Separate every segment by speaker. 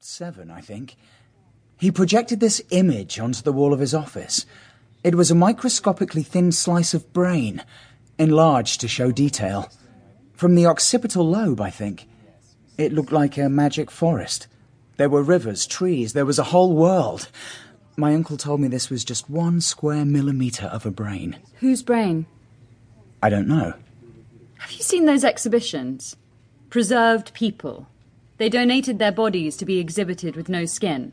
Speaker 1: seven, I think. He projected this image onto the wall of his office. It was a microscopically thin slice of brain, enlarged to show detail. From the occipital lobe, I think. It looked like a magic forest. There were rivers, trees, there was a whole world. My uncle told me this was just one square millimetre of a brain.
Speaker 2: Whose brain?
Speaker 1: I don't know.
Speaker 2: Have you seen those exhibitions? Preserved people. They donated their bodies to be exhibited with no skin,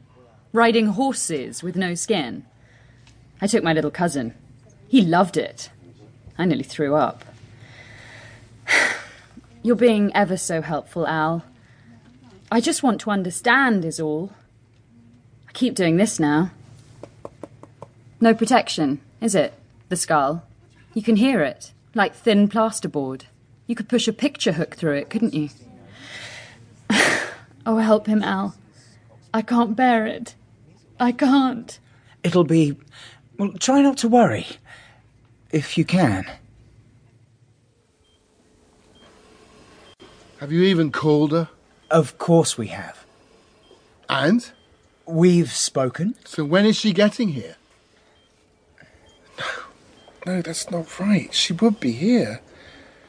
Speaker 2: riding horses with no skin. I took my little cousin. He loved it. I nearly threw up. You're being ever so helpful, Al. I just want to understand, is all. I keep doing this now. No protection, is it? The skull. You can hear it, like thin plasterboard. You could push a picture hook through it, couldn't you? oh, help him, Al. I can't bear it. I can't.
Speaker 1: It'll be. Well, try not to worry. If you can.
Speaker 3: Have you even called her?
Speaker 1: Of course we have.
Speaker 3: And?
Speaker 1: We've spoken.
Speaker 3: So when is she getting here?
Speaker 4: No, that's not right. She would be here.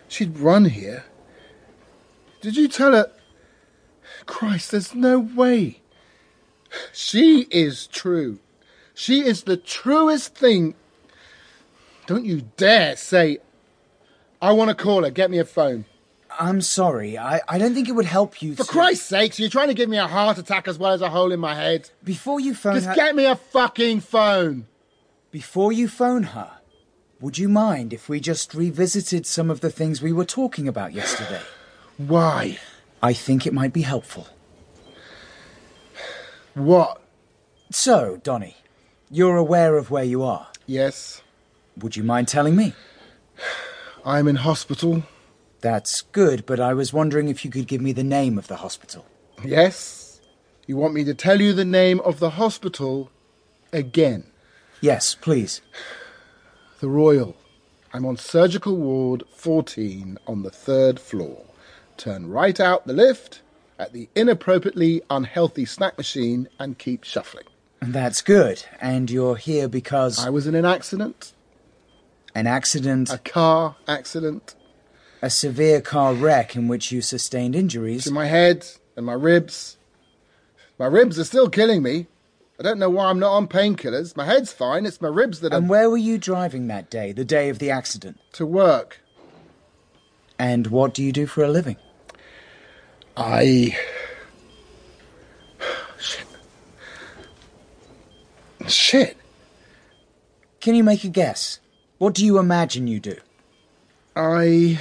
Speaker 4: She'd run here.
Speaker 3: Did you tell her? Christ, there's no way. She is true. She is the truest thing. Don't you dare say, I want to call her, get me a phone.
Speaker 1: I'm sorry. I, I don't think it would help you.
Speaker 3: For
Speaker 1: to-
Speaker 3: Christ's sakes, you're trying to give me a heart attack as well as a hole in my head.
Speaker 1: Before you phone
Speaker 3: Just
Speaker 1: her.
Speaker 3: get me a fucking phone.
Speaker 1: Before you phone her, would you mind if we just revisited some of the things we were talking about yesterday?
Speaker 3: Why?
Speaker 1: I think it might be helpful.
Speaker 3: What?
Speaker 1: So, Donny, you're aware of where you are.
Speaker 3: Yes,
Speaker 1: Would you mind telling me?
Speaker 3: I'm in hospital.
Speaker 1: That's good, but I was wondering if you could give me the name of the hospital.
Speaker 3: Yes? You want me to tell you the name of the hospital again?
Speaker 1: Yes, please.
Speaker 3: The Royal. I'm on surgical ward 14 on the third floor. Turn right out the lift at the inappropriately unhealthy snack machine and keep shuffling.
Speaker 1: That's good. And you're here because
Speaker 3: I was in an accident,
Speaker 1: an accident,
Speaker 3: a car accident,
Speaker 1: a severe car wreck in which you sustained injuries.
Speaker 3: to my head and my ribs. My ribs are still killing me. I don't know why I'm not on painkillers. My head's fine, it's my ribs that are
Speaker 1: And where were you driving that day, the day of the accident?
Speaker 3: to work.
Speaker 1: And what do you do for a living?
Speaker 3: I. Shit. Shit.
Speaker 1: Can you make a guess? What do you imagine you do?
Speaker 3: I.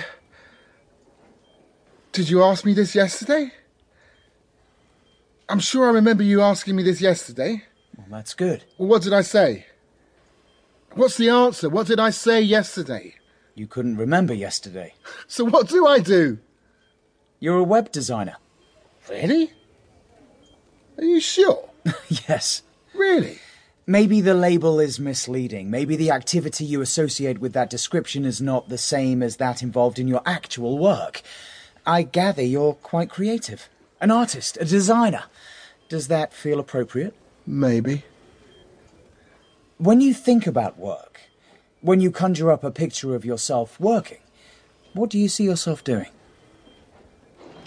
Speaker 3: Did you ask me this yesterday? I'm sure I remember you asking me this yesterday.
Speaker 1: Well, that's good.
Speaker 3: Well, what did I say? What's the answer? What did I say yesterday?
Speaker 1: You couldn't remember yesterday.
Speaker 3: So, what do I do?
Speaker 1: You're a web designer.
Speaker 3: Really? Are you sure?
Speaker 1: yes.
Speaker 3: really?
Speaker 1: Maybe the label is misleading. Maybe the activity you associate with that description is not the same as that involved in your actual work. I gather you're quite creative. An artist, a designer. Does that feel appropriate?
Speaker 3: Maybe.
Speaker 1: When you think about work, when you conjure up a picture of yourself working, what do you see yourself doing?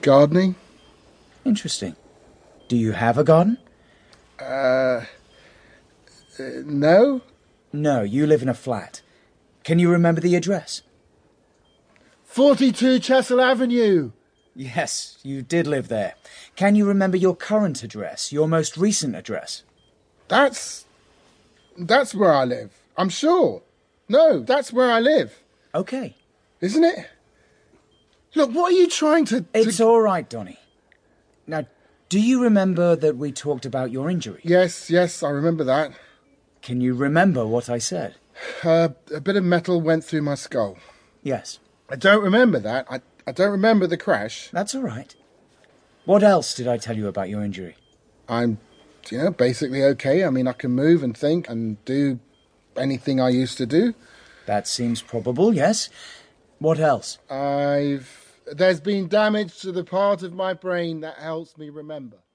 Speaker 3: Gardening?
Speaker 1: Interesting. Do you have a garden?
Speaker 3: No?
Speaker 1: No, you live in a flat. Can you remember the address?
Speaker 3: 42 Chessel Avenue.
Speaker 1: Yes, you did live there. Can you remember your current address, your most recent address?
Speaker 3: That's that's where I live. I'm sure. No, that's where I live,
Speaker 1: Okay.
Speaker 3: isn't it? Look, what are you trying to? to-
Speaker 1: It's all right, Donny. Now, do you remember that we talked about your injury?
Speaker 3: yes, yes, I remember that.
Speaker 1: Can you remember what I said?
Speaker 3: Uh, a bit of metal went through my skull.
Speaker 1: Yes,
Speaker 3: I don't remember that. I I don't remember the crash.
Speaker 1: that's all right. What else did I tell you about your injury?
Speaker 3: I'm, you know, basically okay. I mean, I can move and think and do anything I used to do.
Speaker 1: That seems probable, yes. What else?
Speaker 3: I've there's been damage to the part of my brain that helps me remember.